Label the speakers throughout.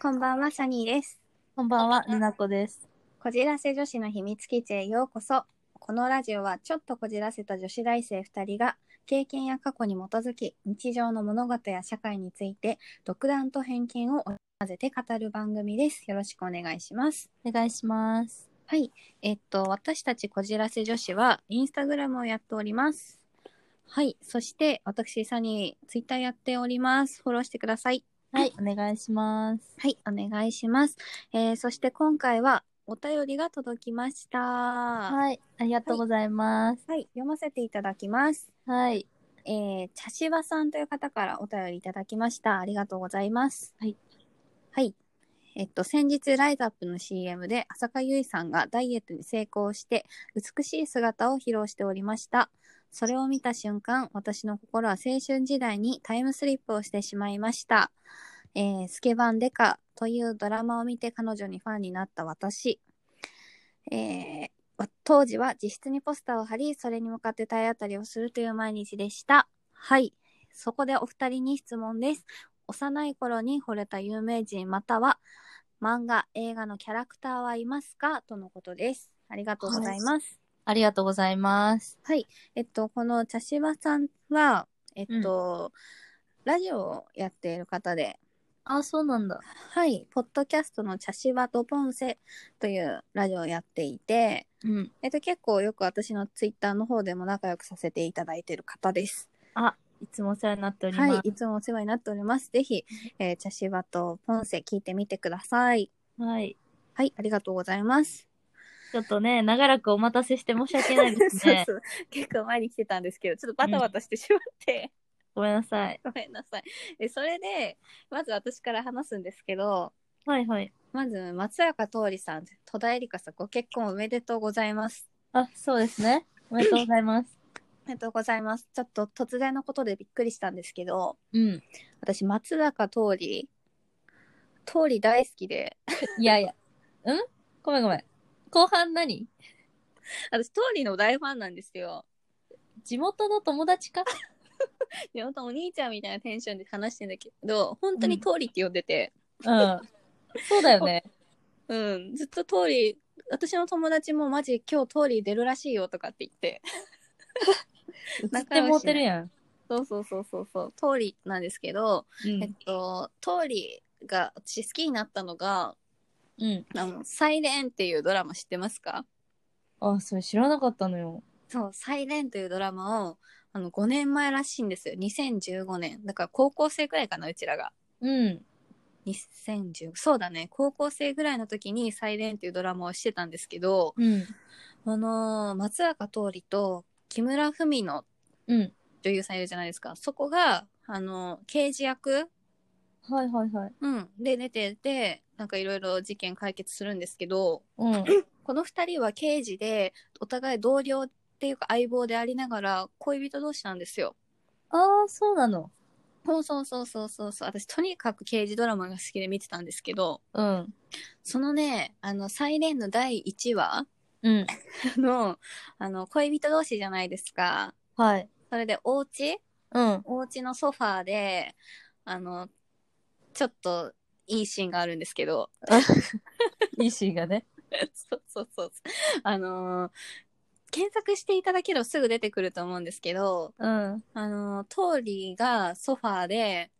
Speaker 1: こんばんは、サニーです。
Speaker 2: こんばんは、りなこです。
Speaker 1: こじらせ女子の秘密基地へようこそ。このラジオは、ちょっとこじらせた女子大生2人が、経験や過去に基づき、日常の物事や社会について、独断と偏見を織り交ぜて語る番組です。よろしくお願いします。
Speaker 2: お願いします。
Speaker 1: はい。えっと、私たちこじらせ女子は、インスタグラムをやっております。はい。そして、私、サニー、ツイッターやっております。フォローしてください。
Speaker 2: はい、お願いします。
Speaker 1: はい、お願いします。えー、そして今回はお便りが届きました。は
Speaker 2: はい、ありがとうございます。
Speaker 1: い、読ませていただきます。
Speaker 2: はい、
Speaker 1: えー、茶芝さんという方からお便りいただきました。ありがとうございます。
Speaker 2: はい。
Speaker 1: はい。えっと、先日、ライズアップの CM で、浅香唯さんがダイエットに成功して、美しい姿を披露しておりました。それを見た瞬間、私の心は青春時代にタイムスリップをしてしまいました。えースケバンデカというドラマを見て彼女にファンになった私。えーわ当時は自室にポスターを貼り、それに向かって体当たりをするという毎日でした。はい。そこでお二人に質問です。幼い頃に惚れた有名人または漫画、映画のキャラクターはいますかとのことです。ありがとうございます。
Speaker 2: ありがとうございます。
Speaker 1: はい、えっと、この茶芝さんは、えっと、ラジオをやっている方で、
Speaker 2: あ、そうなんだ。
Speaker 1: はい、ポッドキャストの茶芝とポンセというラジオをやっていて、
Speaker 2: うん。
Speaker 1: えっと、結構よく私のツイッターの方でも仲良くさせていただいている方です。
Speaker 2: いつもお世話になっております。
Speaker 1: はい、いつもお世話になっております。ぜひ、えー茶芝とポンセ聞いてみてください。
Speaker 2: はい、
Speaker 1: はい、ありがとうございます。。
Speaker 2: ちょっとね、長らくお待たせして申し訳ない ですね
Speaker 1: そうそう結構前に来てたんですけど、ちょっとバタバタしてしまって。
Speaker 2: ごめんなさい。
Speaker 1: ごめんなさい。えそれで、まず私から話すんですけど、
Speaker 2: はいはい。
Speaker 1: まず、松坂桃李さん、戸田恵梨香さん、ご結婚おめでとうございます。
Speaker 2: あ、そうですね。おめでとうございます。
Speaker 1: おめでとうございます。ちょっと突然のことでびっくりしたんですけど、
Speaker 2: うん。
Speaker 1: 私、松坂桃李、桃李大好きで、
Speaker 2: いやいや。うんごめんごめん。後半何
Speaker 1: 私、桃李の大ファンなんですよ。
Speaker 2: 地元の友達か
Speaker 1: で本当お兄ちゃんみたいなテンションで話してんだけど、本当に桃李って呼んでて、
Speaker 2: うん。 そうだよね。
Speaker 1: うん、ずっと桃李、私の友達もマジ今日桃李出るらしいよとかって言 って、
Speaker 2: 映っても うてるやん。
Speaker 1: そうそうそうそうそう、桃李なんですけど、
Speaker 2: うん
Speaker 1: えっと、トーリーが私好きになったのが、
Speaker 2: うん。
Speaker 1: あの、サイレンっていうドラマ知ってますか
Speaker 2: あ、それ知らなかったのよ。
Speaker 1: そう、サイレンというドラマを、あの、5年前らしいんですよ。2015年。だから高校生くらいかな、うちらが。
Speaker 2: うん。
Speaker 1: 2010、そうだね。高校生ぐらいの時にサイレンっていうドラマをしてたんですけど、
Speaker 2: うん。
Speaker 1: あのー松坂桃李と木村文乃
Speaker 2: うん。
Speaker 1: 女優さんいるじゃないですか。そこが、あの、刑事役
Speaker 2: はいはいはい。
Speaker 1: うん。で、出てて、なんかいろいろ事件解決するんですけど、
Speaker 2: うん。
Speaker 1: この2人は刑事でお互い同僚っていうか相棒でありながら恋人同士なんですよ。
Speaker 2: ああ、そうなの。
Speaker 1: そうそうそうそうそうそう私とにかく刑事ドラマが好きで見てたんですけど
Speaker 2: うん。
Speaker 1: そのね「あのサイレンの第1話
Speaker 2: うん。
Speaker 1: のあの恋人同士じゃないですか
Speaker 2: はい。
Speaker 1: それでお家
Speaker 2: うん。
Speaker 1: お家のソファーであのちょっといいシーンがあるんですけど
Speaker 2: いいシーンがね。
Speaker 1: そうそうそうあの検索していただければすぐ出てくると思うんですけど
Speaker 2: うん。
Speaker 1: あの、トーリーがソファーで、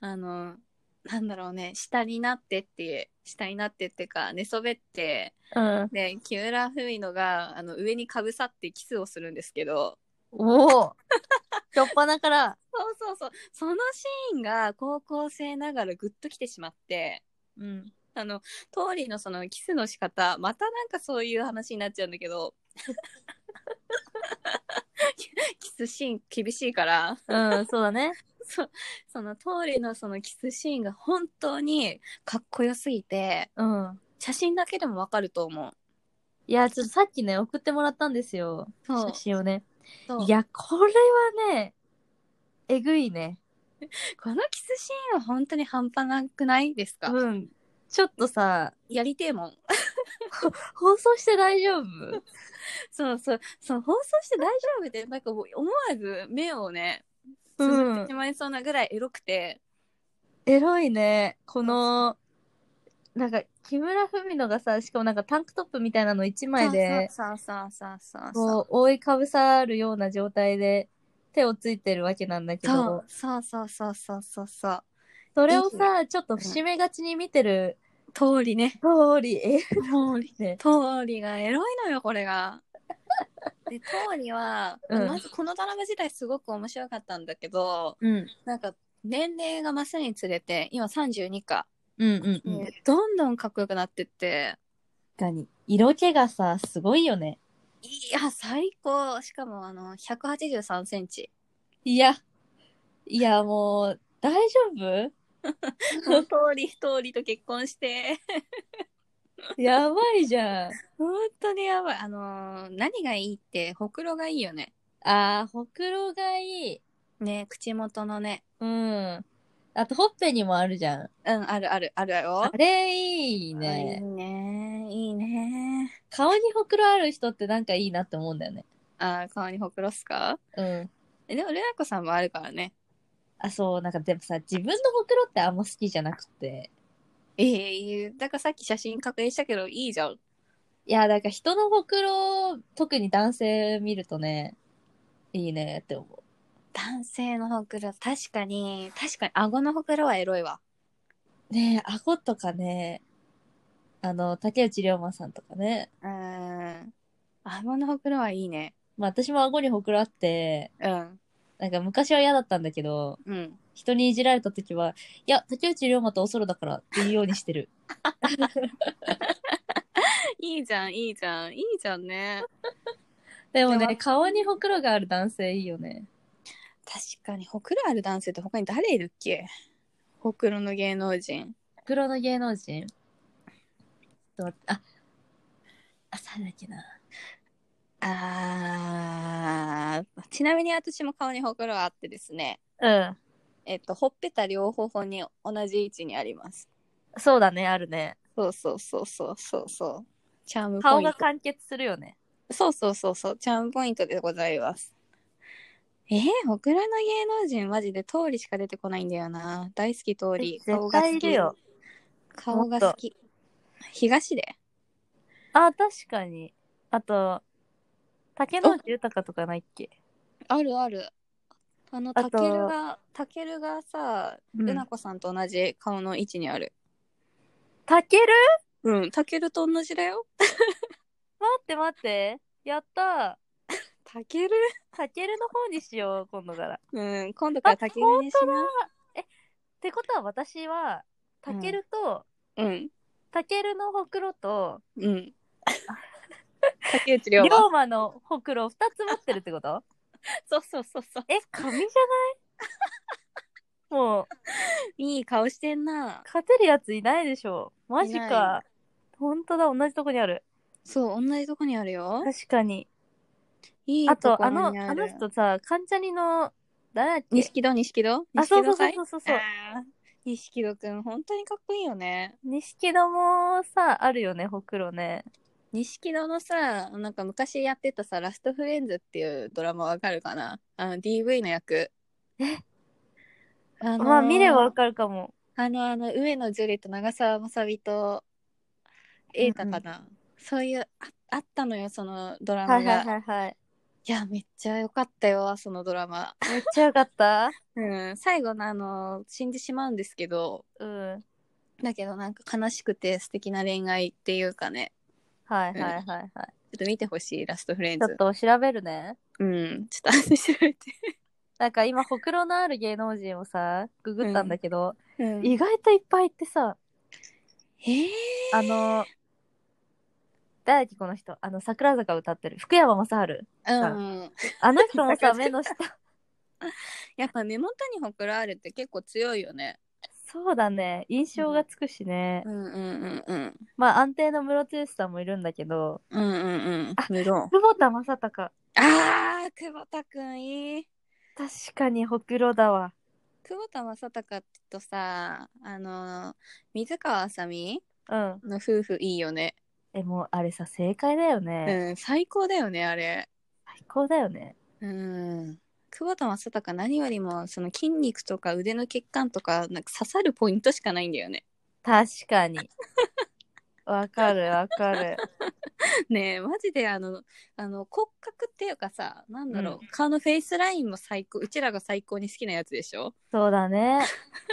Speaker 1: あの、なんだろうね、下になってって、下になってってか、寝そべって、
Speaker 2: うん。
Speaker 1: で、木村文乃が、あの、上にかぶさってキスをするんですけど、
Speaker 2: お お。しょっぱなから。
Speaker 1: そうそうそう、そのシーンが高校生ながらグッときてしまって、
Speaker 2: うん。
Speaker 1: あの、トーリーのそのキスの仕方、またなんかそういう話になっちゃうんだけ ど、キスシーン厳しいから、
Speaker 2: うん、そうだね。
Speaker 1: そその通りのそのキスシーンが本当にかっこよすぎて
Speaker 2: うん。
Speaker 1: 写真だけでもわかると思う。
Speaker 2: いや、ちょっとさっきね、送ってもらったんですよ。
Speaker 1: そう
Speaker 2: 写真をね。
Speaker 1: そう
Speaker 2: いや、これはね、えぐいね。
Speaker 1: このキスシーンは本当に半端なくないですか、
Speaker 2: うん。ちょっとさ、
Speaker 1: やりてえもん
Speaker 2: 放送して大丈夫
Speaker 1: そうそうそう放送して大丈夫でなんかもう思わず目をねつ
Speaker 2: うん
Speaker 1: ぶってしまいそうなぐらいエロくて、
Speaker 2: エロいね。この、なんか、木村文乃がさ、しかもなんかタンクトップみたいなの一枚で、
Speaker 1: そうそうそうそうそう
Speaker 2: こう、覆いかぶさるような状態で、手をついてるわけなんだけ
Speaker 1: そう
Speaker 2: ど、
Speaker 1: そうそうそうそうそうそう
Speaker 2: それをさ、ちょっと節目がちに見てる
Speaker 1: 通りね
Speaker 2: 通り、え
Speaker 1: 通り
Speaker 2: ね。
Speaker 1: 通りがエロいのよこれが。で通りは、
Speaker 2: うん
Speaker 1: まずこのドラマ自体すごく面白かったんだけど
Speaker 2: うん。
Speaker 1: なんか年齢が増すにつれて今32か、
Speaker 2: うんうんうん。
Speaker 1: ねどんどんかっこよくなってって
Speaker 2: 確かに。色気がさ、すごいよね。
Speaker 1: いや最高しかもあの1 8 3センチ
Speaker 2: いや、いや、もう、大丈夫
Speaker 1: 通り通りと結婚して
Speaker 2: やばいじゃん。
Speaker 1: 本当にやばいあのー何がいいってほくろがいいよね
Speaker 2: あー、ほくろがいい。
Speaker 1: ね口元のね
Speaker 2: うん。あと、ほっぺにもあるじゃん。
Speaker 1: うんあるあるあるよ
Speaker 2: あれ、いい
Speaker 1: いい
Speaker 2: ね。
Speaker 1: ねいいね
Speaker 2: 顔にほくろある人ってなんかいいなって思うんだよね。
Speaker 1: あー顔にほくろっすか
Speaker 2: うん。
Speaker 1: えでもレナコさんもあるからね
Speaker 2: あ、そう、なんかでもさ、自分のほくろってあんま好きじゃなくて。
Speaker 1: ええいいだからさっき写真確認したけどいいじゃん
Speaker 2: いや、だから人のほくろ、特に男性見るとね、いいねって思う。
Speaker 1: 男性のほくろ確かに確かに顎のほくろはエロいわ
Speaker 2: ねえ、顎とかね、あの、竹内涼真さんとかね。
Speaker 1: うーん顎のほくろはいいね
Speaker 2: まあ私も顎にほくろあって、
Speaker 1: うん
Speaker 2: なんか昔は嫌だったんだけど、
Speaker 1: うん
Speaker 2: 人にいじられた時は、いや、竹内涼真とおそろだからっていうようにしてる。
Speaker 1: いいじゃんいいじゃんいいじゃんね
Speaker 2: でも
Speaker 1: で
Speaker 2: ね、
Speaker 1: も
Speaker 2: 顔にほくろがある男性いいよね。
Speaker 1: 確かにほくろある男性って他に誰いるっけほくろの芸能人
Speaker 2: ほくろの芸能人ちょっと待ってあ、あ、誰だっけな。
Speaker 1: あーちなみに私も顔にほくろあってですね
Speaker 2: うん。
Speaker 1: えっとほっぺた両方に同じ位置にあります
Speaker 2: そうだね、あるね。
Speaker 1: そうそうそうそうそうそうチャームポ
Speaker 2: 顔
Speaker 1: イン
Speaker 2: が
Speaker 1: ト
Speaker 2: 完結するよね。
Speaker 1: そうそうそうそうチャームポイントでございますえー、ほくろの芸能人マジで通りしか出てこないんだよな大好き通り顔
Speaker 2: 絶
Speaker 1: が
Speaker 2: 対
Speaker 1: 好
Speaker 2: い
Speaker 1: き
Speaker 2: るよ。
Speaker 1: 顔が好き東で
Speaker 2: あ、確かに。あと、竹野内豊とかないっけ
Speaker 1: あるある。あの、
Speaker 2: あ
Speaker 1: た
Speaker 2: と
Speaker 1: けるが、たけるがさ、
Speaker 2: うん
Speaker 1: ルナコさんと同じ顔の位置にある。
Speaker 2: たける
Speaker 1: うん、たけると同じだよ。
Speaker 2: 待って待って。やった
Speaker 1: たける
Speaker 2: ー。たけるの方にしよう、今度から。っ
Speaker 1: うん、今度からたけるにし
Speaker 2: てことは私は、たけると、
Speaker 1: な。うん、
Speaker 2: たけるのほくろと、
Speaker 1: うん。竹内
Speaker 2: 龍
Speaker 1: 涼真。
Speaker 2: 馬のほくろを2つ持ってるってこと
Speaker 1: そうそうそうそう。
Speaker 2: え、神じゃない もう、
Speaker 1: いい顔してんな。
Speaker 2: 勝てるやついないでしょ。マジ
Speaker 1: いな
Speaker 2: か。ほんとだ、同じとこにある。
Speaker 1: そう、同じとこにあるよ。
Speaker 2: 確かに。
Speaker 1: いい
Speaker 2: あ
Speaker 1: と
Speaker 2: と、
Speaker 1: こ
Speaker 2: あ
Speaker 1: ろ
Speaker 2: の、
Speaker 1: に
Speaker 2: あ
Speaker 1: る
Speaker 2: の人さ、関ジャニの、誰だっけ
Speaker 1: 錦戸、錦戸
Speaker 2: あ、そうそうそう
Speaker 1: う。
Speaker 2: そうそうそう。
Speaker 1: あー錦戸くん、本当にかっこいいよね。
Speaker 2: 錦戸もさ、あるよね、ほくろね。
Speaker 1: 錦戸のさなんか昔やってたさ「ラストフレンズ」っていうドラマわかるかなあの DV の役
Speaker 2: え
Speaker 1: あのー
Speaker 2: まあ、見ればわかるかも。
Speaker 1: あのあの上野樹里と長澤まさみと
Speaker 2: うんう
Speaker 1: 瑛
Speaker 2: ん
Speaker 1: 太かな、そういうああったのよそのドラマが、
Speaker 2: は
Speaker 1: い
Speaker 2: いはいはいはい。
Speaker 1: やめっちゃ良かったよそのドラマ
Speaker 2: めっちゃよかった。
Speaker 1: うん最後のあの死んでしまうんですけど
Speaker 2: うん。
Speaker 1: だけどなんか悲しくて素敵な恋愛っていうかね
Speaker 2: はいはいはい はい。
Speaker 1: ちょっと見てほしいラストフレン
Speaker 2: ちょっ
Speaker 1: ズ
Speaker 2: と調べるね。
Speaker 1: うんちょっと後で調べて
Speaker 2: なんか今、ほくろのある芸能人をさ、ググったんだけど、
Speaker 1: うん
Speaker 2: 意外といっぱいいってさ、
Speaker 1: ええ
Speaker 2: あの、誰だっけこの人。あの、桜坂歌ってる。福山雅治。
Speaker 1: うん、
Speaker 2: あの 人も
Speaker 1: 桜
Speaker 2: さ、
Speaker 1: 坂
Speaker 2: 目の下。
Speaker 1: やっぱ目元にほくろあるって結構強いよね。
Speaker 2: そうだね。印象がつくしね。
Speaker 1: うんうんうんうん。
Speaker 2: まあ、安定の室剛さんもいるんだけど、
Speaker 1: うんうんうん。無論。
Speaker 2: 久保田正孝。
Speaker 1: あー、久保田くんいい。
Speaker 2: 確かにほくろだわ。
Speaker 1: 久保田正孝とさ、あの、水川あさみ
Speaker 2: うん。
Speaker 1: の夫婦いいよね。
Speaker 2: え、もうあれさ、正解だよね。
Speaker 1: うん、最高だよね、あれ。
Speaker 2: 最高だよね。
Speaker 1: うん。久保田正孝何よりもその筋肉とか腕の血管とかなんか刺さるポイントしかないんだよね。
Speaker 2: 確かに。わかるわかる。
Speaker 1: ねえマジであのあの骨格っていうかさなんだろう、
Speaker 2: う
Speaker 1: 顔のフェイスラインも最高うちらが最高に好きなやつでしょ
Speaker 2: そうだね。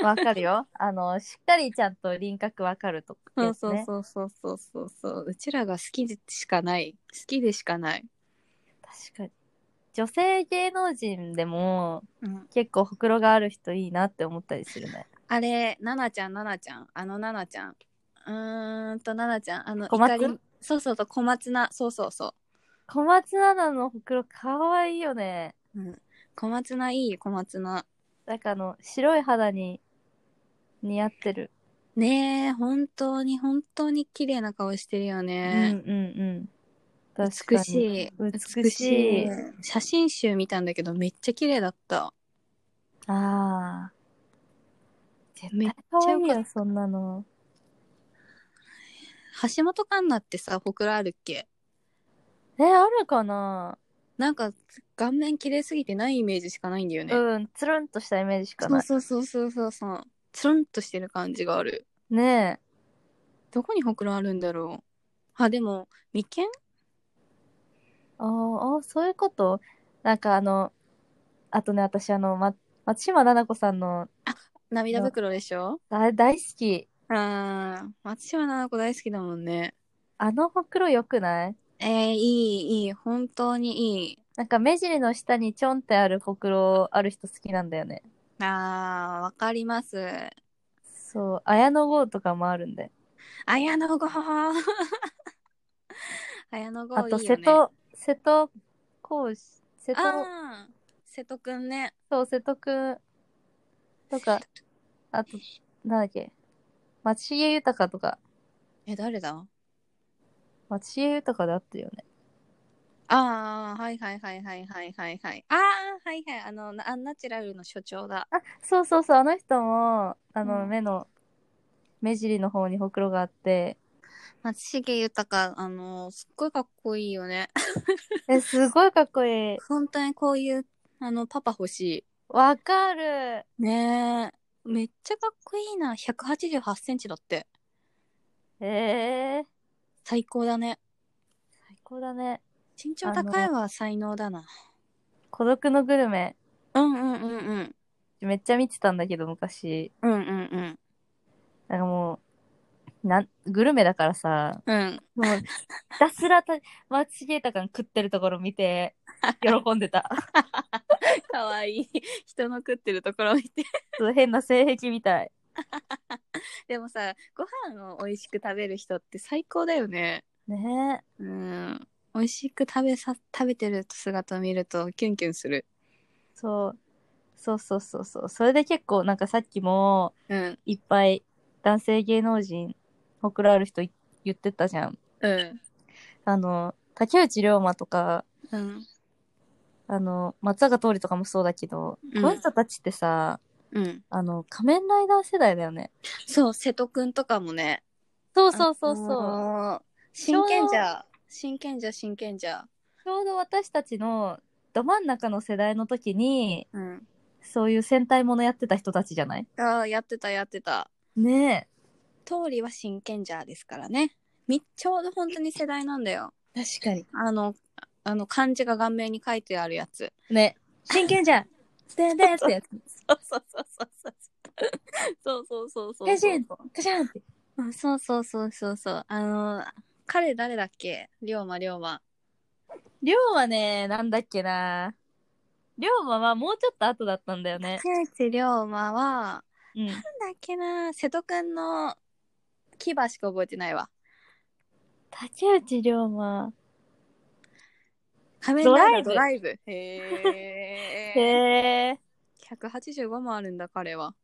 Speaker 2: わかるよ。 あの、しっかりちゃんと輪郭わかると、
Speaker 1: そうそう
Speaker 2: う。
Speaker 1: そうそうそうそうそううちらが好きでしかない好きでしかない、
Speaker 2: 確かに。女性芸能人でも
Speaker 1: うん、
Speaker 2: 結構ほくろがある人いいなって思ったりするね。
Speaker 1: あれななちゃんななちゃんあのななちゃんうーんとななちゃんあの
Speaker 2: 小松
Speaker 1: 怒りそうそうそう小松菜そうそうそう
Speaker 2: 小松菜奈のほくろかわいいよね。
Speaker 1: うん、小松菜いいよ小松菜
Speaker 2: なんかあの、白い肌に似合ってる。
Speaker 1: ねえ本当に本当に綺麗な顔してるよね、
Speaker 2: うんうんうん。
Speaker 1: 美しい
Speaker 2: 美しい
Speaker 1: 美しい写真集見たんだけどめっちゃ綺麗だった
Speaker 2: ああ。
Speaker 1: めっちゃ
Speaker 2: かわいい
Speaker 1: よかっ
Speaker 2: よ、そんなの。
Speaker 1: た橋本環奈ってさほくろあるっけ
Speaker 2: え、あるかな
Speaker 1: なんか顔面綺麗すぎてないイメージしかないんだよね、
Speaker 2: うん、つるんとしたイメージしかない。
Speaker 1: そうそうそうそうそうそうつるんとしてる感じがある
Speaker 2: ね
Speaker 1: どこにほくろあるんだろうあでも眉間
Speaker 2: え。あーあー、そういうことなんかあの、あとね、私あの、ま、松島菜々子さんの、
Speaker 1: 涙袋でしょ
Speaker 2: あれ大好き。
Speaker 1: あー松島菜々子大好きだもんね
Speaker 2: あのほくろよくない
Speaker 1: えー、いいいい本当にいい
Speaker 2: なんか目尻の下にちょんってあるほくろある人好きなんだよね。
Speaker 1: あー、わかります。
Speaker 2: そう、綾野剛とかもあるんで。
Speaker 1: 綾野剛 綾野剛いいよ、ね。
Speaker 2: あと、瀬戸、瀬戸講師、瀬戸、
Speaker 1: あー瀬戸くんね。
Speaker 2: そう、瀬戸くんとか、あと、なんだっけ、松重豊とか、
Speaker 1: え、誰だ
Speaker 2: 松重豊だったよね。
Speaker 1: あー、はいはいはいはいはいはいはい。あー、はいはい。あの、なアンナチュラルの所長だ。
Speaker 2: あ、そうそうそう、あの人も、あの、
Speaker 1: うん
Speaker 2: 目の、目尻の方にほくろがあって、
Speaker 1: 松重豊、あの、すっごいかっこいいよね。
Speaker 2: え、すごいかっこいい。
Speaker 1: 本当にこういう、あの、パパ欲し
Speaker 2: わかる。
Speaker 1: い。ねえ。めっちゃかっこいいな。188センチだって。
Speaker 2: えー、
Speaker 1: 最高だね。
Speaker 2: 最高だね。
Speaker 1: 身長高いは才能だな。
Speaker 2: 孤独のグルメ、
Speaker 1: うんうんうんうん。
Speaker 2: めっちゃ見てたんだけど、昔。
Speaker 1: うんうんうん。
Speaker 2: なんかもう、なん、グルメだからさ、
Speaker 1: うん。
Speaker 2: もう、ひたすらた、松重豊が食ってるところ見て、喜んで た。
Speaker 1: かわいい。 人の食ってるところを見て。
Speaker 2: そう変な性癖みたい。
Speaker 1: でもさ、ご飯を美味しく食べる人って最高だよね。
Speaker 2: ね
Speaker 1: うん。美味しく食べさ、食べてる姿を見るとキュンキュンする。
Speaker 2: え。そう。そうそうそうそう。それで結構なんかさっきも
Speaker 1: うん。
Speaker 2: いっぱい男性芸能人、ほくろある人い言ってたじゃん。
Speaker 1: うん。
Speaker 2: あの、竹内涼真とか、
Speaker 1: うん。
Speaker 2: あの、松坂桃李とかもそうだけど、
Speaker 1: うん
Speaker 2: この人たちってさ、
Speaker 1: うん。
Speaker 2: あの、仮面ライダー世代だよね。
Speaker 1: そう、瀬戸くんとかもね。
Speaker 2: そうそうそうそう。
Speaker 1: う。真剣じゃ。真剣じゃ、真剣じゃ。
Speaker 2: ちょうど私たちのど真ん中の世代の時に、
Speaker 1: うん。
Speaker 2: そういう戦隊ものやってた人たちじゃない
Speaker 1: ああ、やってた、やってた。
Speaker 2: ね
Speaker 1: 通りは真剣じゃですからね。み、ちょうど本当に世代なんだよ。
Speaker 3: 確かに。
Speaker 1: あの、あの漢字が顔面に書いてあるやつ。
Speaker 2: え。ね真剣じ ゃんステンデーってやつ。
Speaker 1: そうそうそうそうそう。そうそうそうそう。
Speaker 2: ガシャンガシャンって。
Speaker 1: うんそうそうそうそうそう。あの、彼誰だっけ龍馬龍馬。
Speaker 2: 龍馬ね、なんだっけな。龍馬はもうちょっと後だったんだよね。
Speaker 1: 竹内龍馬は、
Speaker 2: うん。
Speaker 1: なんだっけな、瀬戸くんの牙しか覚えてないわ。
Speaker 2: 竹内龍馬。
Speaker 1: 仮面ライダード
Speaker 2: ド
Speaker 1: ラ
Speaker 2: ラ
Speaker 1: イブ。へ
Speaker 2: へ え。
Speaker 1: ー。185もあるんだ彼は。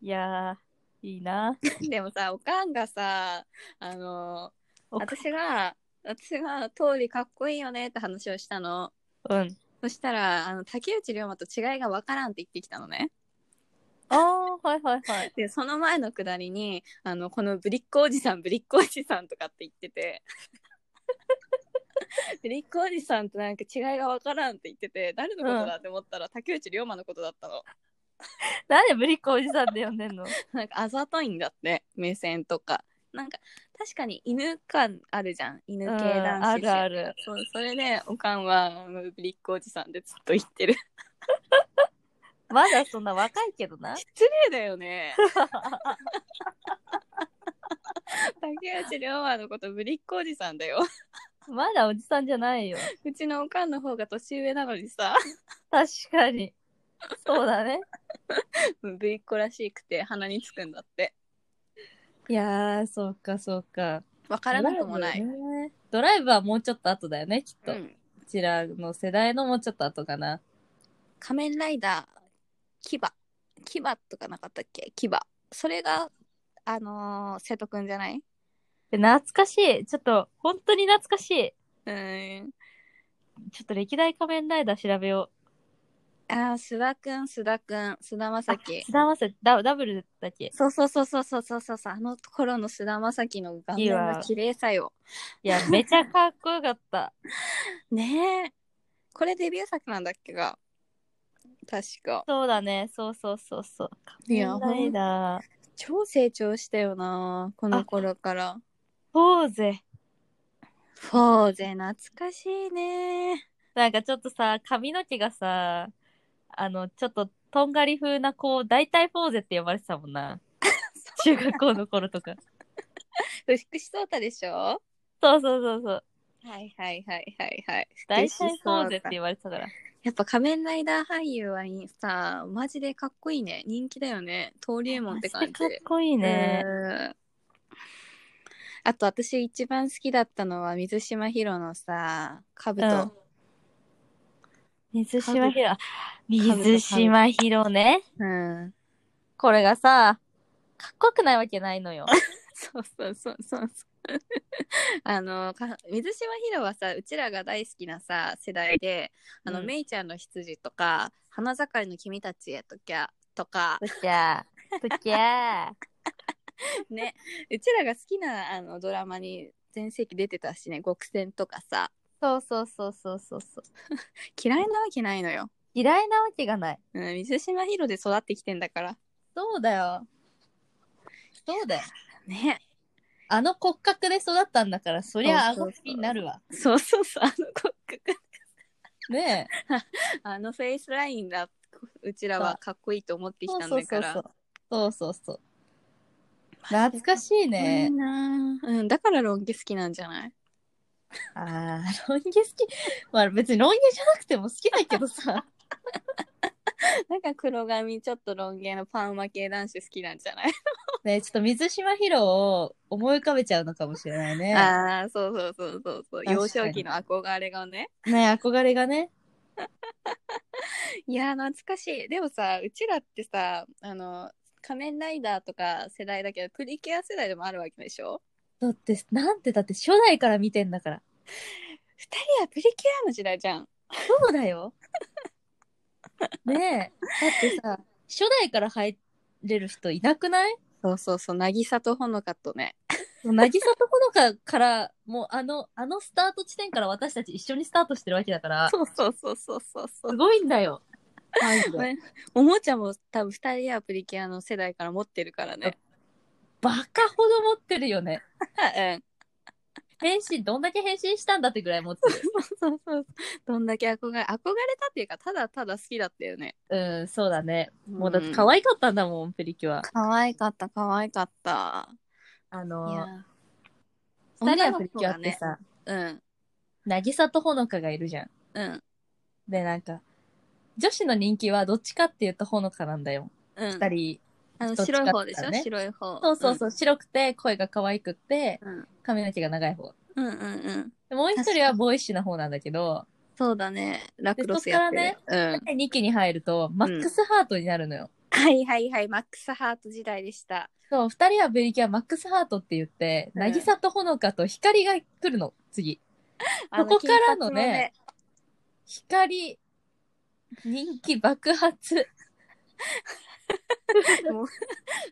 Speaker 2: いやー、いいな。
Speaker 1: でもさ、おかんがさ、あの、
Speaker 2: おか
Speaker 1: 私が、私が通りかっこいいよねって話をしたの。
Speaker 2: うん。
Speaker 1: そしたら、あの、竹内涼真と違いがわからんって言ってきたのね。
Speaker 2: あー、はいはいはい。
Speaker 1: で、その前のくだりに、あの、このぶりっ子おじさん、ぶりっ子おじさんとかって言って て、ぶりっ子おじさんとなんか違いがわからんって言ってて、誰のことだって思ったら、竹内涼真のことだったの。
Speaker 2: なんでぶりっ子おじさんって呼んでんの
Speaker 1: なんかあざといんだって、目線とか。なんか確かに犬感あるじゃん犬系
Speaker 4: うん
Speaker 1: 男子
Speaker 4: あるある
Speaker 1: そうそれでおかんはあのぶりっ子おじさんでずっと言ってる
Speaker 4: まだそんな若いけどな。
Speaker 1: 失礼だよね 竹内涼真のことぶりっ子おじさん だよ
Speaker 4: まだおじさんじゃないよ。
Speaker 1: うちのおかんの方が年上なのにさ
Speaker 4: 確かに。そうだね。
Speaker 1: ぶりっ子らしくて鼻につくんだって
Speaker 2: いやー、そうか、そうか。
Speaker 1: わからなくもない、
Speaker 2: ドライブね。ドライブはもうちょっと後だよね、きっ
Speaker 1: う、
Speaker 2: と。うんちらの世代のもうちょっと後かな。
Speaker 1: 仮面ライダーキバキバとかなかったっけキバそれがあのー瀬戸くんじゃない
Speaker 4: 懐かしい。ちょっと、本当に懐かしい。
Speaker 1: うん
Speaker 4: ちょっと歴代仮面ライダー調べよ
Speaker 1: あー須田くん須田くん須田まさ
Speaker 4: う。
Speaker 1: き
Speaker 4: 菅田将暉ダダブルだっけ
Speaker 1: そうそうそうそうそうそうそうあの頃の須田まさきの顔面の綺麗さよ
Speaker 4: いや、めちゃかっこよかった。
Speaker 1: ねえこれデビュー作なんだっけが確か
Speaker 4: そうだね。そうそうそうそう。
Speaker 1: い
Speaker 4: 仮
Speaker 1: や
Speaker 4: 面ライダー。
Speaker 1: 超成長したよなこの頃から
Speaker 4: ポーゼ。
Speaker 1: フォーゼ懐かしいね
Speaker 4: なんかちょっとさ、髪の毛がさ、あの、ちょっととんがり風な子、大体フォーゼって呼ばれてたもん な。 中学校の頃とか。
Speaker 1: 福士蒼太でしょ
Speaker 4: そうそうそうそう。
Speaker 1: はいはいはいはいはい。
Speaker 4: 大体フォーゼって
Speaker 1: や
Speaker 4: 言われてたから。
Speaker 1: っぱ仮面ライダー俳優はさ、マジでかっこいいね。人気だよね。登竜門って感じ。
Speaker 4: かっこいいね。
Speaker 1: うんあと私一番好きだったのは水島ヒロのさ、カブ
Speaker 4: うん
Speaker 1: ト。
Speaker 4: 水島ひろ。あ
Speaker 1: ぶと
Speaker 4: 水島ひろね。
Speaker 1: うん。
Speaker 4: これがさ、かっこよくないわけないのよ。
Speaker 1: そうそうそうそう そう。あのか水島ヒロはさうちらが大好きなさ世代で「あの
Speaker 4: うん
Speaker 1: メイちゃんの羊」とか「花盛りの君たちへ」とかと か
Speaker 4: ときゃ ー。ときゃ
Speaker 1: ね、うちらが好きなあのドラマに全盛期出てたしね極戦とかさ
Speaker 4: ー。そうそうそうそうそうそう。
Speaker 1: 嫌いなわけないのよ、
Speaker 4: 嫌いなわけがない。
Speaker 1: うん、水島ヒロで育ってきてんだから
Speaker 2: そうだよ。そうだよ。
Speaker 1: ね
Speaker 2: あの骨格で育ったんだから、そりゃ
Speaker 1: そうそうそう
Speaker 2: 顎好きになるわ。
Speaker 1: そうそうそうあの骨格
Speaker 2: ね
Speaker 1: あのフェイスラインだうちらはかっこいいと思って
Speaker 2: え。
Speaker 1: き
Speaker 2: そう
Speaker 1: たん
Speaker 2: そう
Speaker 1: だ
Speaker 2: そ
Speaker 1: か
Speaker 2: う
Speaker 1: ら
Speaker 2: そう。そうそうそう。懐かしいね
Speaker 1: いい。なあうん、だからロン毛好きなんじゃない
Speaker 2: あー、ロン毛好き。まあ別にロン毛じゃなくても好きだけどさ。
Speaker 1: なんか黒髪ちょっとロン毛のパンマ系男子好きなんじゃない、
Speaker 2: ねちょっと水島ヒロを思い浮かべちゃうのかもしれない ね。
Speaker 1: ああそうそうそうそうそう
Speaker 2: 確かに
Speaker 1: 幼少期の憧れがね
Speaker 2: ね憧れがね。
Speaker 1: いやー懐かしいでもさうちらってさあの仮面ライダーとか世代だけどプリキュア世代でもあるわけでしょ
Speaker 2: だって、なんてだって初代から見てんだから。
Speaker 1: 二人はプリキュアの時代じゃん
Speaker 2: そうだよ。 ねえ。だってさ、初代から入れる人いなくない
Speaker 1: そうそうそう渚とほのかとね
Speaker 2: 渚とほのかから、もうあの、あのスタート地点から私たち一緒にスタートしてるわけだから、
Speaker 1: そうそうそうそうそうそ
Speaker 2: す
Speaker 1: う
Speaker 2: ごいんだよ。マジ
Speaker 1: ね
Speaker 2: で。
Speaker 1: おもちゃも多分二人はプリキュアの世代から持ってるからね
Speaker 2: バカほど持ってるよね。
Speaker 1: うん
Speaker 2: 変身、どんだけ変身したんだってぐらい持ってる。
Speaker 1: そうそうどんだけ憧れ憧れたっていうかただただ好きだったよね
Speaker 2: うん、そうだね。もうだって
Speaker 1: う
Speaker 2: 可
Speaker 1: ん
Speaker 2: 愛かったんだもん、プリキュア。
Speaker 1: 可愛かった可愛かった
Speaker 2: あ
Speaker 1: い
Speaker 2: の、
Speaker 1: や
Speaker 2: 二人はプリキュアって
Speaker 1: 女
Speaker 2: さ、
Speaker 1: うん
Speaker 2: 渚とほのかがいるじゃん。
Speaker 1: うん
Speaker 2: で、なんか、女子の人気はどっちかっていうとほのかなんだよ。
Speaker 1: うん
Speaker 2: 二人。
Speaker 1: あの
Speaker 2: どっち
Speaker 1: 白
Speaker 2: か
Speaker 1: い方でし
Speaker 2: だ
Speaker 1: ょ、
Speaker 2: ね
Speaker 1: 白い方。
Speaker 2: そうそうそう、白くて、声が可愛くって、
Speaker 1: うん。うん。
Speaker 2: 髪の毛が長い方。
Speaker 1: うんうんうん。
Speaker 2: でもう一人はボーイッシュな方なんだけど、
Speaker 1: そうだね。ラクロスやってる。
Speaker 2: で
Speaker 1: うん。
Speaker 2: で2期に入ると、マックスハートになるのよ。
Speaker 1: はいはいはい。マックスハート時代でした。
Speaker 2: そう、二人はブリキュアマックスハートって言って、
Speaker 1: うん
Speaker 2: 渚とほのかと光が来るの、次。
Speaker 1: あ
Speaker 2: ここからのね。光、人気爆発。
Speaker 1: 金髪のねもう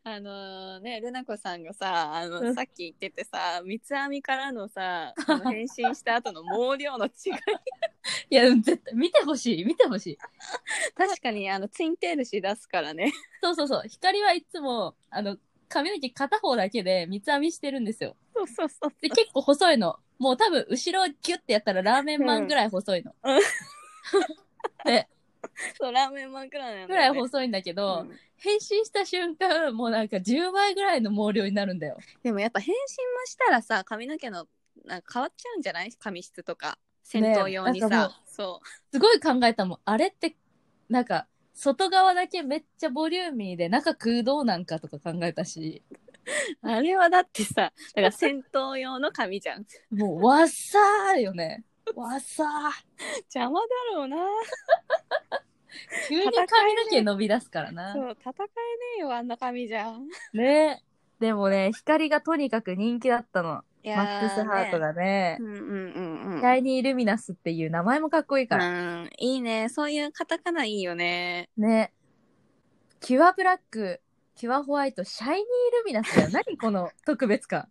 Speaker 1: あのね、ルナコさんがさ、あ
Speaker 2: う
Speaker 1: の、
Speaker 2: ん
Speaker 1: さっき言っててさ、三つ編みからのさ、あの変身した後の毛量の違い。
Speaker 2: いや、うん絶対、見てほしい、見てほしい。
Speaker 1: 確かに、あの、ツインテールし出すからね。
Speaker 2: そうそうそう。光はいつも、あの、髪の毛片方だけで三つ編みしてるんですよ。
Speaker 1: そうそうそう。
Speaker 2: で、結構細いの。もう多分、後ろギュッてやったらラーメンマンぐらい細いの。
Speaker 1: うん
Speaker 2: で、
Speaker 1: そう、ラーメンマンくらいなの、ね。
Speaker 2: ぐらい細いんだけど、
Speaker 1: うん
Speaker 2: 変身した瞬間、もうなんか10倍ぐらいの毛量になるんだよ。
Speaker 1: でもやっぱ変身もしたらさ、髪の毛の、なんか変わっちゃうんじゃない髪質とか。戦闘用にさ。
Speaker 2: なんか
Speaker 1: そ
Speaker 2: すごい考えたもん。あれって、なんか、外側だけめっちゃボリューミーで、中空洞なんかとか考えたし、
Speaker 1: う。あれはだってさ、だから戦闘用の髪じゃん。
Speaker 2: もう、わっさーよね。わっさー。
Speaker 1: 邪魔だろうな。
Speaker 2: 急に髪の毛伸び出すからな
Speaker 1: そ。う、戦えねえよ、あんな髪じゃん。
Speaker 4: ねでもね、光がとにかく人気だったの。
Speaker 1: い
Speaker 4: マックスハート。がね
Speaker 1: う。んうんうんうん。
Speaker 4: シャイニー・ルミナスっていう名前もかっこいいから。
Speaker 1: うん、いいね。そういうカタカナいいよね。
Speaker 4: ね。キュアブラック、キュアホワイト、シャイニー・ルミナ スだよ。何この特別感。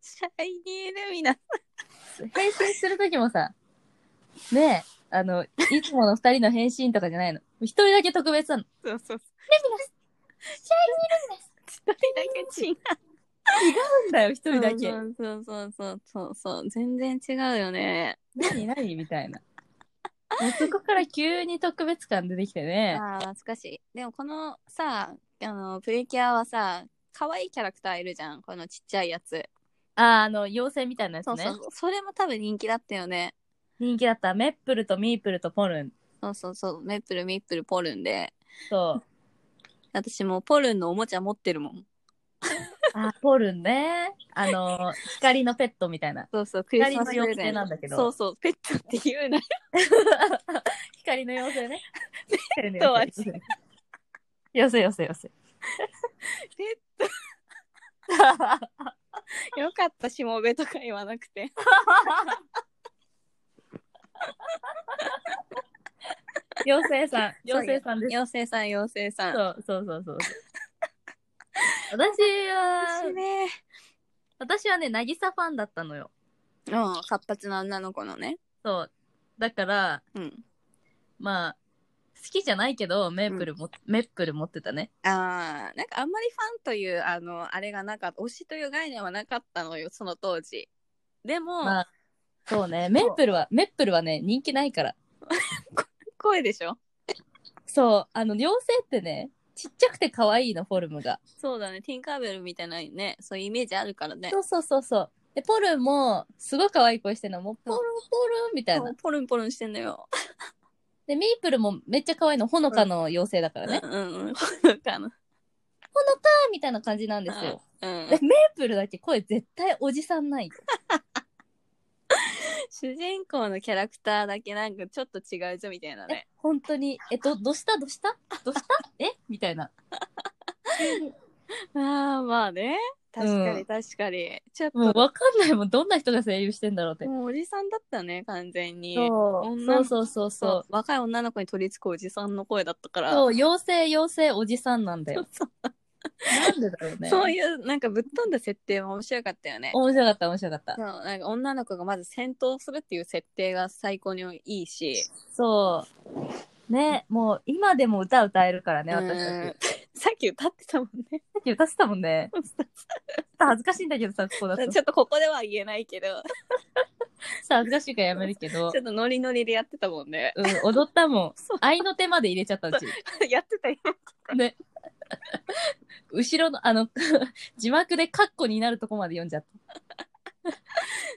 Speaker 1: シャイニールミナ。
Speaker 2: 変身するときもさ、ねえ、あの、いつもの二人の変身とかじゃないの。一人だけ特別なの。
Speaker 1: そうそう。シャイニールミナ。一人だけ違う。
Speaker 2: なんだよ、一人だけ。
Speaker 1: そうそうそうそうそう。全然違うよね。
Speaker 2: 何何みたいな。もうそこから急に特別感出てきてね。
Speaker 1: ああ、懐かしい。でもこのさ、あの、プリキュアはさ、可愛いキャラクターいるじゃん。このちっちゃいやつ。
Speaker 2: あ、あの、妖精みたいなやつ
Speaker 1: そう
Speaker 2: ね。
Speaker 1: そう。それも多分人気だったよね。
Speaker 2: 人気だった。メップルとミープルとポルン
Speaker 1: そうそうそう。メップル、ミップル、ポルンで。
Speaker 2: と、
Speaker 1: 私もうポルンのおもちゃ持ってるもん。
Speaker 2: あ、ポルンね。あの、光のペットみたいな。
Speaker 1: そうそう。クリス
Speaker 2: 光
Speaker 1: マス
Speaker 2: の
Speaker 1: プレ
Speaker 2: 妖
Speaker 1: ゼ
Speaker 2: 精
Speaker 1: ント
Speaker 2: なんだけど。
Speaker 1: そうそう。ペットって言うなよ。
Speaker 2: 光の妖精ね。
Speaker 1: ットは違う
Speaker 2: 光の妖精。妖精、妖
Speaker 1: ペ
Speaker 2: 精、妖精。
Speaker 1: ットよかった、しもべとか言わなく て。
Speaker 2: 妖精さん、妖精さんです。
Speaker 1: 妖精さん、妖精さん。
Speaker 2: そうそうそうそう。 私は
Speaker 1: 私、ね。
Speaker 2: 私はね、渚ファンだったのよ。
Speaker 1: うん、活発な女の子のね。
Speaker 2: そう。だから、
Speaker 1: うん。
Speaker 2: まあ、好きじゃないけど、メープルも、メップル持ってたね。
Speaker 1: ああ、なんかあんまりファンという、あの、あれがなかった、推しという概念はなかったのよ、その当時。でも、
Speaker 2: まあ、そうね、メープルは、メップルはね、人気ないから。
Speaker 1: 声でしょ
Speaker 2: そう、あの、妖精ってね、ちっちゃくて可愛いの、フォルムが。
Speaker 1: そうだね、ティンカーベルみたいなね、そういうイメージあるからね。
Speaker 2: そうそうそうそう。で、ポルンも、すごい可愛い声してるの。もう、ポルン、ポルンみたいな。
Speaker 1: ポルンポルンしてんのよ。
Speaker 2: で、ミープルもめっちゃ可愛いの。ほのかの妖精だからね。
Speaker 1: うんうん。そうかな。
Speaker 2: ほのかーみたいな感じなんですよ。
Speaker 1: うん
Speaker 2: で、メープルだけ声絶対おじさんない。
Speaker 1: 主人公のキャラクターだけなんかちょっと違うぞみたいなね。
Speaker 2: 本当に、えっと、どうしたどうした どうしたえみたい な。
Speaker 1: ああ、まあね。確かに確かに。ちょっと、
Speaker 2: もうわかんないもん。どんな人が声優してんだろうって。
Speaker 1: もうおじさんだったね、完全に。
Speaker 2: そう
Speaker 1: 女
Speaker 2: そ
Speaker 1: の
Speaker 2: うそうそ
Speaker 1: そ
Speaker 2: うそ
Speaker 1: う。
Speaker 2: う
Speaker 1: 若い女の子に取り付くおじさんの声だったから。
Speaker 2: そう、妖精、妖精、おじさんなんだ
Speaker 1: そ
Speaker 2: よ
Speaker 1: う。そう
Speaker 2: なんでだろうね。
Speaker 1: そういうなんかぶっ飛んだ設定も面白かったよね。
Speaker 2: 面白かった、面白かった
Speaker 1: そう。なんか女の子がまず戦闘するっていう設定が最高にいいし、
Speaker 2: そう。ね、もう今でも歌歌えるからね、
Speaker 1: うん
Speaker 2: 私たち。
Speaker 1: さっき歌ってたもんね。
Speaker 2: さっき歌ってたも んね。恥ずかしいんだけどさ、ここだと。
Speaker 1: ちょっとここでは言えないけど、
Speaker 2: さ恥ずかしいからやめるけど
Speaker 1: ちょ、っとノリノリでやってたもんね。
Speaker 2: うん、踊ったもん
Speaker 1: そう。
Speaker 2: 愛の手まで入れちゃったうち。
Speaker 1: やってたよ。
Speaker 2: ね。後ろの、あの、 字幕でカッコになるとこまで読んじゃった。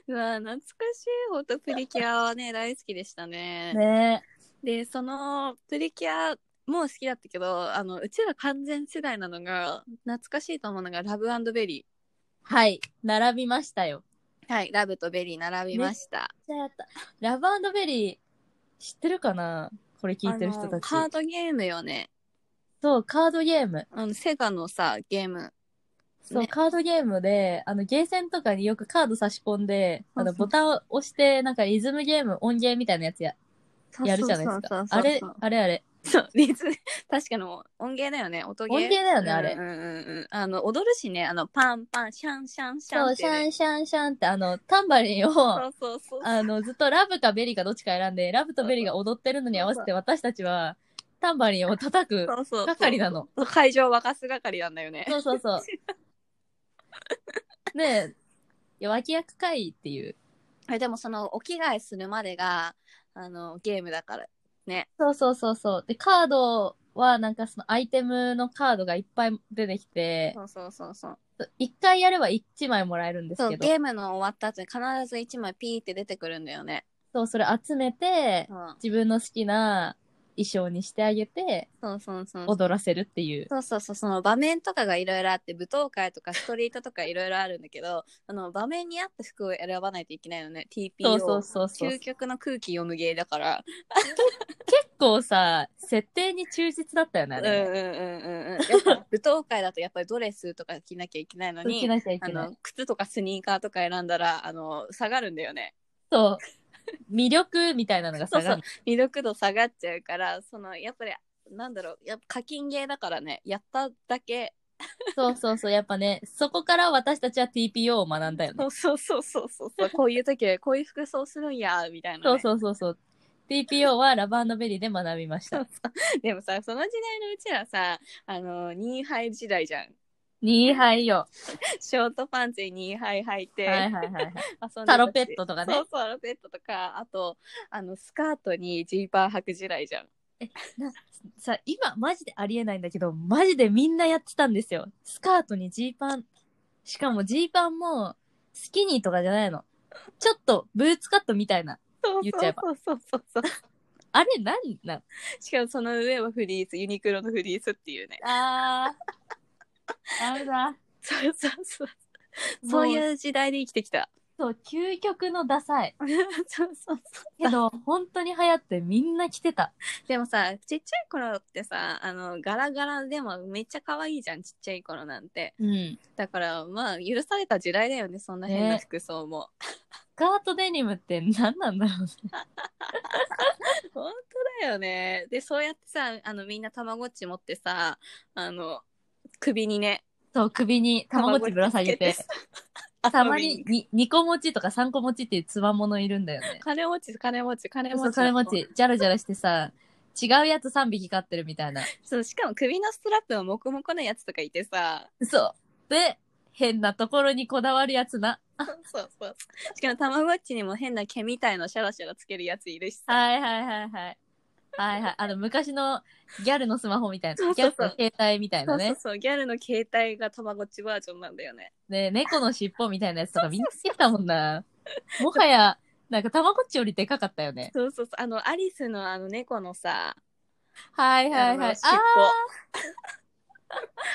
Speaker 1: うわ懐かしい。ほんとプリキュアはね、大好きでしたね。
Speaker 2: ね
Speaker 1: で、そのプリキュアも好きだったけど、あの、うちら完全世代なのが、懐かしいと思うのがラブベリー。
Speaker 2: はい。並びましたよ。
Speaker 1: はい、ラブとベリー並びました。
Speaker 2: じゃあやった。ラブベリー、知ってるかなこれ聞いてる人
Speaker 1: あの
Speaker 2: たち。
Speaker 1: カードゲームよね。
Speaker 2: そう、カードゲーム。
Speaker 1: あの、セガのさ、ゲーム。
Speaker 2: そう、
Speaker 1: ね
Speaker 2: カードゲームで、あの、ゲーセンとかによくカード差し込んで、あの、
Speaker 1: そうそう
Speaker 2: ボタンを押して、なんかリズムゲーム、音ゲーみたいなやつや、やるじゃないですか。あれ、あれあれ。
Speaker 1: そう、 リズム、確かの音ゲーだよね、音ゲー。
Speaker 2: 音ゲーだよね、あ
Speaker 1: う
Speaker 2: れ。
Speaker 1: んうんうんうん。あの、踊るしね、あの、パンパン、シャンシャンシャン
Speaker 2: そう、
Speaker 1: って
Speaker 2: シ
Speaker 1: ね、
Speaker 2: ャンシャンシャンって、あの、タンバリンを、
Speaker 1: そうそうそう。
Speaker 2: あの、ずっとラブかベリーかどっちか選んで、ラブとベリーが踊ってるのに合わせて私たちは、タンバリンを叩く
Speaker 1: そうそう
Speaker 2: 係なの。
Speaker 1: 会場沸かす係なんだよね。
Speaker 2: そうそう そう。で、脇役会っていう。
Speaker 1: えでもそのお着替えするまでがあのゲームだから。
Speaker 2: そうそうそうそう。で、カードはなんかそのアイテムのカードがいっぱい出てきて、
Speaker 1: うそうそうそう。
Speaker 2: 一回やれば1枚もらえるんです
Speaker 1: そう
Speaker 2: けど、
Speaker 1: ゲームの終わった後に必ず1枚ピーって出てくるんだよね。
Speaker 2: そう、それ集めて
Speaker 1: う、ん、
Speaker 2: 自分の好きな衣装にしてあげて、
Speaker 1: そうそうそうそう。
Speaker 2: 踊らせるっていう。
Speaker 1: そうそうそうその場面とかがいろいろあって舞踏会とかストリートとかいろいろあるんだけど あの場面に合った服を選ばないといけないのね TPO
Speaker 2: そうそうそうそう。
Speaker 1: 究
Speaker 2: 結
Speaker 1: 極の空気読む芸だから
Speaker 2: 構さ、設定に忠実だったよね、
Speaker 1: う
Speaker 2: あ
Speaker 1: んうんうん
Speaker 2: れね。
Speaker 1: うんうんやっぱ舞踏会だとやっぱりドレスとか着なきゃいけないの
Speaker 2: 着
Speaker 1: に
Speaker 2: なきゃい
Speaker 1: あ
Speaker 2: けない。
Speaker 1: の靴とかスニーカーとか選んだらあの下がるんだよね
Speaker 2: そう。魅力みたいなのが下がる。
Speaker 1: そう魅力度下がっちゃうからそのやっぱりなんだろうやっぱ課金ゲーだからねやっただけ
Speaker 2: そうそうそう、やっぱね、そこから私たちは TPO を学んだよね
Speaker 1: そ。うそうそうそうそうそうこういう時はこういう服装するんやみたいな、ね、
Speaker 2: そうそうそうそう。TPO はラバーベリーで学びました。
Speaker 1: でもさその時代のうちらさあのニーハイ時代じゃん
Speaker 2: ニーハイよ。
Speaker 1: ショートパンツにニーハイ履いて、
Speaker 2: はいは いはいはい。
Speaker 1: 遊んでたし
Speaker 2: タロペットとかね
Speaker 1: そうそうタロペットとかあとあのスカートにジーパー履く時代じゃん
Speaker 2: さ、今、マジでありえないんだけど、マジでみんなやってたんですよ。スカートにジーパン。しかもジーパンも、スキニーとかじゃないの。ちょっと、ブーツカットみたいな。
Speaker 1: そう
Speaker 2: 言っちゃえば
Speaker 1: そうそうそうそう
Speaker 2: あれ、なんなん
Speaker 1: しかもその上はフリースユニクロのフリースっていうね
Speaker 2: あー。ダメだ。
Speaker 1: そうそうそう
Speaker 2: そ
Speaker 1: そうう
Speaker 2: いう、
Speaker 1: いう時代で生きてきた
Speaker 2: そう、究極のダサい。
Speaker 1: そうそうそう
Speaker 2: けど、本当に流行ってみんな着てた。
Speaker 1: でもさちっちゃい頃ってさあのガラガラでもめっちゃ可愛いじゃんちっちゃい頃なんて
Speaker 2: うん。
Speaker 1: だからまあ許された時代だよねそんな変な
Speaker 2: ね
Speaker 1: 服装も、
Speaker 2: スカートデニムって何なんだろうね。
Speaker 1: 本当だよねでそうやってさあのみんなたまごっち持ってさあの首にね
Speaker 2: そう、首にたまごっちぶら下げて。たま
Speaker 1: 遊び
Speaker 2: にに2個持ちとか3個持ちっていうつわものいるんだよね。
Speaker 1: 金持ち金持ち金持
Speaker 2: そう、
Speaker 1: ち
Speaker 2: それ持ち、じゃらじゃらしてさ、違うやつ3匹飼ってるみたいな。
Speaker 1: そうしかも首のストラップもモコモコなやつとかいてさ
Speaker 2: そう。で、変なところにこだわるやつな。
Speaker 1: そうそうそうしかもたまごっちにも変な毛みたいのシャラシャラつけるやついるしさ
Speaker 2: はいはいはいはい。はいはい。あの、昔のギャルのスマホみたい
Speaker 1: そ
Speaker 2: な。
Speaker 1: う
Speaker 2: ギ
Speaker 1: そう
Speaker 2: ャ
Speaker 1: そう
Speaker 2: ルの携帯みたい
Speaker 1: そ
Speaker 2: な
Speaker 1: うそう
Speaker 2: ね。
Speaker 1: そうギャルの携帯がたまごっちバージョンなんだよね
Speaker 2: ね猫の尻尾みたいなやつとかみんな好きだもんな。もはや、なんかたまごっちよりでかかったよね。
Speaker 1: そうそうそうあのアリスのあの猫のさ
Speaker 2: はいはいは
Speaker 1: あの
Speaker 2: い。
Speaker 1: 尻尾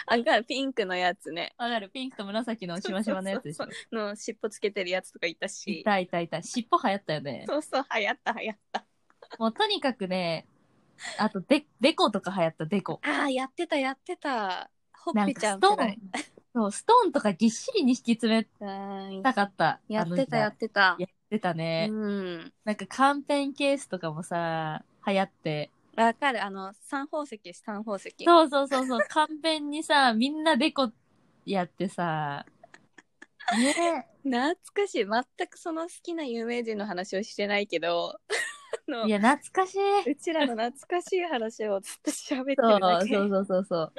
Speaker 1: あんかピンクのやつね
Speaker 2: わかる。ピンクと紫のしましまのやつでしょ。
Speaker 1: の尻尾つけてるやつとかいた
Speaker 2: い
Speaker 1: した
Speaker 2: いたいた。尻尾流行ったよね。
Speaker 1: そうそう流行った流行った
Speaker 2: もうとにかくね、あとで、デコとか流行った、デコ。
Speaker 1: ああやってたやってたほ
Speaker 2: な
Speaker 1: っ
Speaker 2: ん
Speaker 1: ぺ
Speaker 2: か
Speaker 1: ちゃん
Speaker 2: ス
Speaker 1: と
Speaker 2: ト
Speaker 1: か
Speaker 2: ーン。そう、ストーンとかぎっしりに敷き詰めたかった。
Speaker 1: やってたや
Speaker 2: っ
Speaker 1: ってた
Speaker 2: やってたね。
Speaker 1: うん
Speaker 2: なんか、カンペンケースとかもさ、流行って。
Speaker 1: わかるあの三宝石三宝石
Speaker 2: そうそうそうそう、カンペンにさ、みんなデコやってさ、ね
Speaker 1: 懐かしい全くその好きな有名人の話をしてないけど あの
Speaker 2: いや、懐かしい。
Speaker 1: うちらの懐かしい話をずっと喋ってる
Speaker 2: そう
Speaker 1: だけ
Speaker 2: そうそうそうそう。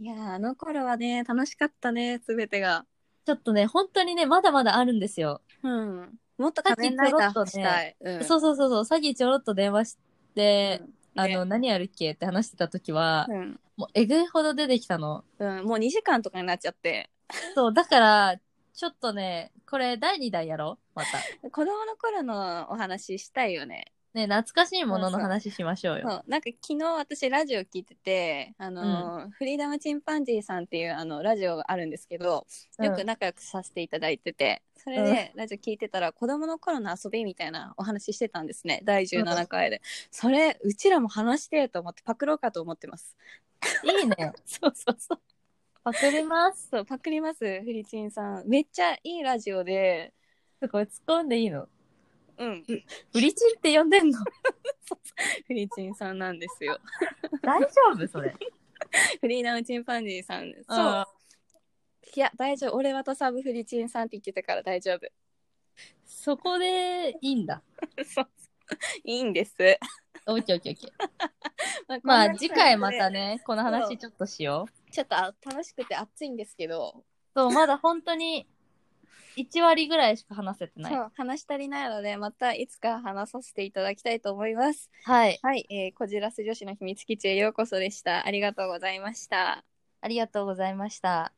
Speaker 1: いやーあの頃はね楽しかったねすべてが
Speaker 2: ちょっとね、本当にね、まだまだあるんですよ。
Speaker 1: うんもっと
Speaker 2: さっ
Speaker 1: 仮
Speaker 2: き
Speaker 1: 面ライダ
Speaker 2: ちょろ
Speaker 1: ー
Speaker 2: っとね
Speaker 1: したい、うん
Speaker 2: そうそうそうそう、さっきちょろっと電話して、
Speaker 1: うん
Speaker 2: あ
Speaker 1: ね
Speaker 2: の、何やるっけって話してた時は、
Speaker 1: うん
Speaker 2: もうえぐいほど出てきたの。
Speaker 1: うん、もう2時間とかになっちゃって
Speaker 2: そう、だから、ちょっとね、これ第2弾やろうま
Speaker 1: 子
Speaker 2: た。
Speaker 1: 供の頃のお話したいよね
Speaker 2: ね、懐かしいものの話しましょうよ。
Speaker 1: そうなんか昨日私ラジオ聞いててあのー、フリーダムチンパンジーさんっていうあのラジオがあるんですけど
Speaker 2: うん
Speaker 1: よく仲良くさせていただいてて、それでラジオ聞いてたら子供の頃の遊びみたいなお話ししてたんですね第17回で、それうちらも話してと思ってパクろうかと思ってます
Speaker 2: いいね。
Speaker 1: そうそうそう
Speaker 2: パクります。
Speaker 1: そうパクりますフリチンさんめっちゃいいラジオで
Speaker 2: これ突っ込んでいいの
Speaker 1: うん
Speaker 2: ブリチンって呼ん でんの
Speaker 1: フリチンさんなんですよ
Speaker 2: 大丈夫それ。
Speaker 1: フリーダムチンパンジーさんそう
Speaker 2: あ
Speaker 1: いや大丈夫俺はとサブフリチンさんって言ってたから大丈夫
Speaker 2: そこでいいんだ。
Speaker 1: そういいんです。
Speaker 2: オッケーオッケーオッケー。
Speaker 1: ま
Speaker 2: ま
Speaker 1: あ
Speaker 2: あ、次回また
Speaker 1: ね。
Speaker 2: ね、この
Speaker 1: そう
Speaker 2: 話ちょっとしよう。
Speaker 1: ちょっとあ楽しくて暑いんですけど、
Speaker 2: そう、まだ本当に1割ぐらいしか話せてない。
Speaker 1: そう話し足りないので、またいつか話させていただきたいと思います。
Speaker 2: はい。
Speaker 1: はい、えー、こじらせ女子の秘密基地へようこそでした。ありがとうございました。
Speaker 2: ありがとうございました。